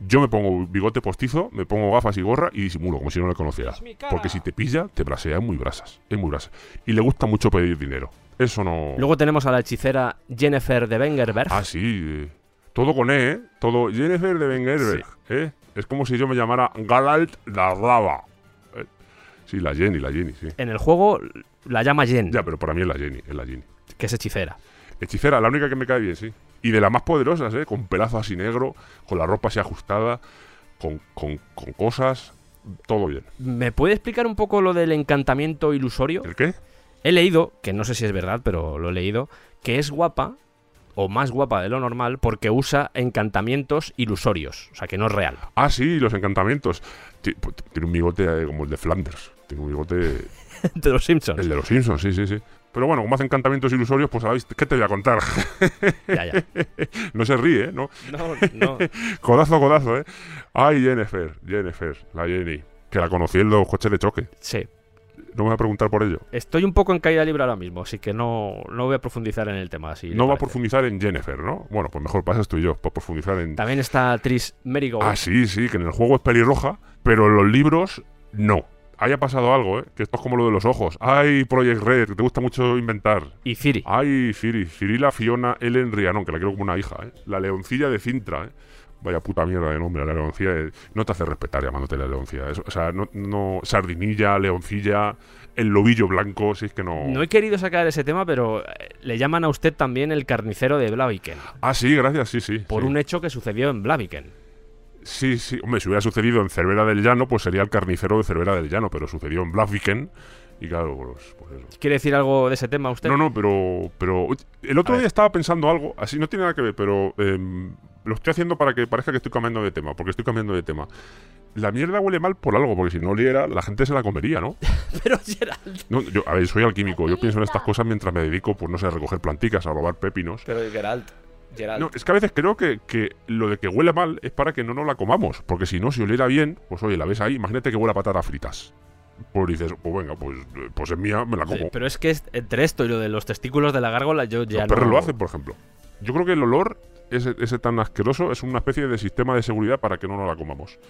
[SPEAKER 2] Yo me pongo bigote postizo, me pongo gafas y gorra y disimulo, como si no le conociera. Porque si te pilla, te brasea, es muy brasas, es muy brasas. Y le gusta mucho pedir dinero. Eso no...
[SPEAKER 1] Luego tenemos a la hechicera Jennifer de Wengerberg.
[SPEAKER 2] Ah, sí. eh. Todo con E, ¿eh? Todo Jennifer de Wengerberg, ¿eh? Es como si yo me llamara Galalt la Raba. ¿eh? Sí, la Jenny, la Jenny, sí.
[SPEAKER 1] En el juego la llama Jen,
[SPEAKER 2] Ya, pero para mí es la Jenny, es la Jenny.
[SPEAKER 1] que es hechicera.
[SPEAKER 2] Hechicera, la única que me cae bien, sí. Y de las más poderosas, ¿eh? Con pelazo así negro, con la ropa así ajustada, con, con, con cosas, todo bien.
[SPEAKER 1] ¿Me puede explicar un poco lo del encantamiento ilusorio?
[SPEAKER 2] ¿El qué?
[SPEAKER 1] He leído, que no sé si es verdad, pero lo he leído, que es guapa o más guapa de lo normal porque usa encantamientos ilusorios, o sea que no es real.
[SPEAKER 2] Ah, sí, los encantamientos. Ti- pues, Tiene un bigote eh, como el de Flanders. Tiene un bigote
[SPEAKER 1] de los Simpsons.
[SPEAKER 2] El de los Simpsons, sí, sí, sí. Pero bueno, como hace encantamientos ilusorios, pues sabéis, ¿qué te voy a contar?
[SPEAKER 1] Ya, ya.
[SPEAKER 2] no se ríe, ¿eh? ¿no?
[SPEAKER 1] No, no.
[SPEAKER 2] Codazo, codazo, ¿eh? Ay, Jennifer, Jennifer, la Jenny, que la conocí en los coches de choque.
[SPEAKER 1] Sí.
[SPEAKER 2] No me va a preguntar por ello.
[SPEAKER 1] Estoy un poco en caída libre ahora mismo, así que no, no voy a profundizar en el tema. Si le
[SPEAKER 2] No va a
[SPEAKER 1] parece.
[SPEAKER 2] profundizar en Jennifer, ¿no? Bueno, pues mejor pasas tú y yo, por profundizar en...
[SPEAKER 1] También está Tris Merigo.
[SPEAKER 2] Ah, sí, sí, que en el juego es pelirroja, pero en los libros no. Haya pasado algo, ¿eh? Que esto es como lo de los ojos. Ay, Project Red, que te gusta mucho inventar.
[SPEAKER 1] Y Ciri.
[SPEAKER 2] Ay, Ciri, Cirila Fiona Ellen Rianón, que la quiero como una hija, ¿eh? La leoncilla de Cintra, ¿eh? Vaya puta mierda de nombre, la leoncilla. de- No te hace respetar llamándote la leoncilla. eso- o sea, no, no- Sardinilla, leoncilla, el lobillo blanco, si es que no.
[SPEAKER 1] No he querido sacar ese tema, pero eh, le llaman a usted también el carnicero de Blaviken,
[SPEAKER 2] Ah, sí, gracias, sí, sí.
[SPEAKER 1] por
[SPEAKER 2] sí.
[SPEAKER 1] un e- hecho que sucedió en Blaviken.
[SPEAKER 2] Sí, sí. Hombre, si hubiera sucedido en Cervera del Llano, pues sería el carnicero de Cervera del Llano, pero sucedió en Blaviken. Y claro, pues, pues eso.
[SPEAKER 1] ¿Quiere decir algo de ese tema usted?
[SPEAKER 2] No, no, pero, pero oye, el otro
[SPEAKER 1] A
[SPEAKER 2] día
[SPEAKER 1] ver.
[SPEAKER 2] estaba pensando algo, así no tiene nada que ver, pero em, lo estoy haciendo para que parezca que estoy cambiando de tema, porque estoy cambiando de tema. La mierda huele mal por algo, porque si no oliera, la gente se la comería, ¿no?
[SPEAKER 1] Pero Gerald.
[SPEAKER 2] no yo, a ver, soy alquímico, yo pienso en estas cosas mientras me dedico, pues no sé, a recoger planticas, a robar pepinos.
[SPEAKER 1] Pero Gerald. Gerald.
[SPEAKER 2] No, es que a veces creo que, que lo de que huele mal es para que no nos la comamos. Porque si no, si oliera bien, pues oye, la ves ahí, imagínate que huela a patatas fritas. Pues dices, pues venga, pues, eh, pues es mía, me la como.
[SPEAKER 1] Pero es que es- entre esto y lo de los testículos de la gárgola, yo ya
[SPEAKER 2] Los perros
[SPEAKER 1] no.
[SPEAKER 2] lo hacen, por ejemplo. Yo creo que el olor, ese, ese tan asqueroso, es una especie de sistema de seguridad para que no nos la comamos.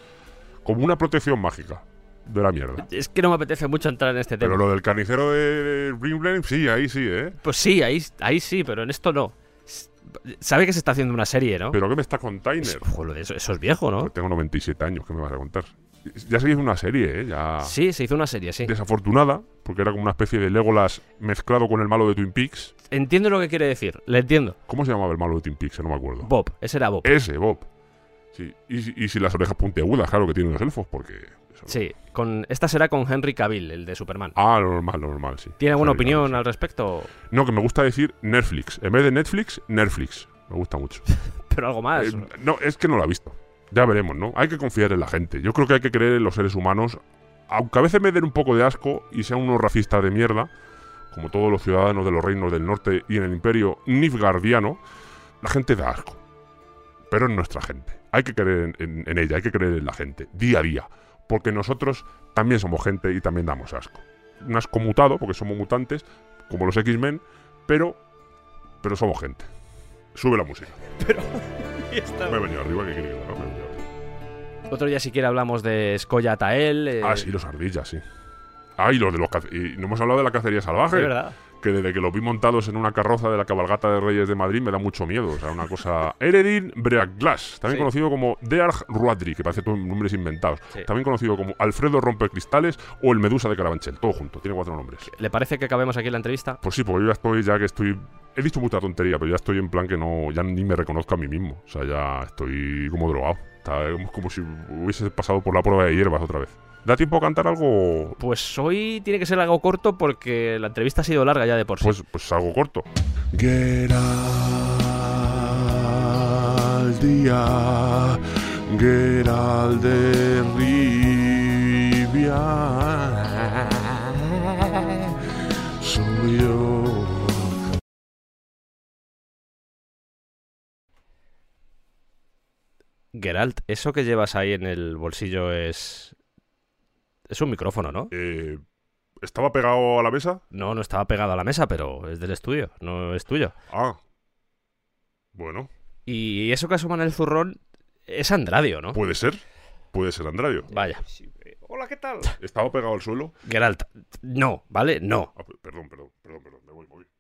[SPEAKER 2] Como una protección mágica de la mierda.
[SPEAKER 1] Es que no me apetece mucho entrar en este tema.
[SPEAKER 2] Pero lo del carnicero de Brimblane, sí, ahí sí, ¿eh?
[SPEAKER 1] Pues sí, ahí, ahí sí, pero en esto no. S- Sabe que se está haciendo una serie, ¿no?
[SPEAKER 2] ¿Pero Pues qué me está container?
[SPEAKER 1] Es- ojo, lo de eso, eso es viejo, ¿no?
[SPEAKER 2] Tengo 97 años, ¿qué me vas a contar? Ya seguís una serie, ¿eh? Ya...
[SPEAKER 1] Sí, se hizo una serie, sí.
[SPEAKER 2] Desafortunada, porque era como una especie de Legolas mezclado con el malo de Twin Peaks.
[SPEAKER 1] Entiendo lo que quiere decir, le entiendo.
[SPEAKER 2] ¿Cómo se llamaba el malo de Twin Peaks? No me acuerdo.
[SPEAKER 1] Bob, ese era Bob.
[SPEAKER 2] Ese, Bob. Sí. Y, si- y si las orejas puntiagudas, claro que tienen los elfos, porque... eso no-
[SPEAKER 1] Sí, con esta será con Henry Cavill, el de Superman.
[SPEAKER 2] Ah, lo normal, lo normal, sí.
[SPEAKER 1] ¿Tiene alguna
[SPEAKER 2] Henry
[SPEAKER 1] opinión ah.
[SPEAKER 2] Cavill,
[SPEAKER 1] al respecto?
[SPEAKER 2] sí. No, que me gusta decir Netflix. En vez de Netflix, Netflix. Me gusta mucho.
[SPEAKER 1] Pero algo más.
[SPEAKER 2] Eh, no, es que no la he visto. Ya veremos, ¿no? Hay que confiar en la gente. Yo creo que hay que creer en los seres humanos. Aunque a veces me den un poco de asco y sean unos racistas de mierda, como todos los ciudadanos de los reinos del norte y en el imperio nifgardiano, la gente da asco. Pero es nuestra gente. Hay que creer en, en- en ella, hay que creer en la gente, día a día. Porque nosotros también somos gente y también damos asco. Un asco mutado, porque somos mutantes, como los X-Men, pero, pero somos gente. Sube la música. Me he venido arriba, que quiere que le haga? Me he venido arriba.
[SPEAKER 1] Otro día, si quiere, hablamos de Escoya Tael. eh,
[SPEAKER 2] Ah, sí, los ardillas, sí. Ah, y los de los cace- y no hemos hablado de la cacería
[SPEAKER 1] Es
[SPEAKER 2] salvaje.
[SPEAKER 1] verdad.
[SPEAKER 2] Que desde que los vi montados en una carroza de la cabalgata de Reyes de Madrid me da mucho miedo. O sea, una cosa. Eredin Breaglas, también
[SPEAKER 1] Sí.
[SPEAKER 2] conocido como Dearg Ruadri, que parece todos nombres inventados.
[SPEAKER 1] Sí.
[SPEAKER 2] También conocido como Alfredo Rompecristales o el Medusa de Carabanchel. Todo junto, tiene cuatro nombres.
[SPEAKER 1] ¿Le parece que acabemos aquí la entrevista?
[SPEAKER 2] Pues sí, porque yo ya estoy, ya que estoy. He dicho mucha tontería, pero ya estoy en plan que no. Ya ni me reconozco a mí mismo. O sea, ya estoy como drogado. Está como- como si hubiese pasado por la prueba de hierbas otra vez. ¿Da tiempo a cantar algo?
[SPEAKER 1] Pues hoy tiene que ser algo corto porque la entrevista ha sido larga ya de por sí.
[SPEAKER 2] Pues, pues algo corto.
[SPEAKER 7] Geraldia, Geralde Rivia.
[SPEAKER 2] Soy yo.
[SPEAKER 1] Geralt, eso que llevas ahí en el bolsillo es. Es un micrófono, ¿no?
[SPEAKER 2] Eh, ¿Estaba pegado a la mesa?
[SPEAKER 1] No, no estaba pegado a la mesa, pero es del estudio, no es tuyo.
[SPEAKER 2] Ah. Bueno,
[SPEAKER 1] Y eso que asoma en el zurrón es Andradio, ¿no?
[SPEAKER 2] puede ser. Puede ser Andradio.
[SPEAKER 1] Vaya.
[SPEAKER 2] Hola, ¿qué tal? Estaba pegado al suelo.
[SPEAKER 1] Geralt, no, ¿vale? No.
[SPEAKER 2] Ah, pe- perdón, perdón, perdón, perdón. Me voy, me voy.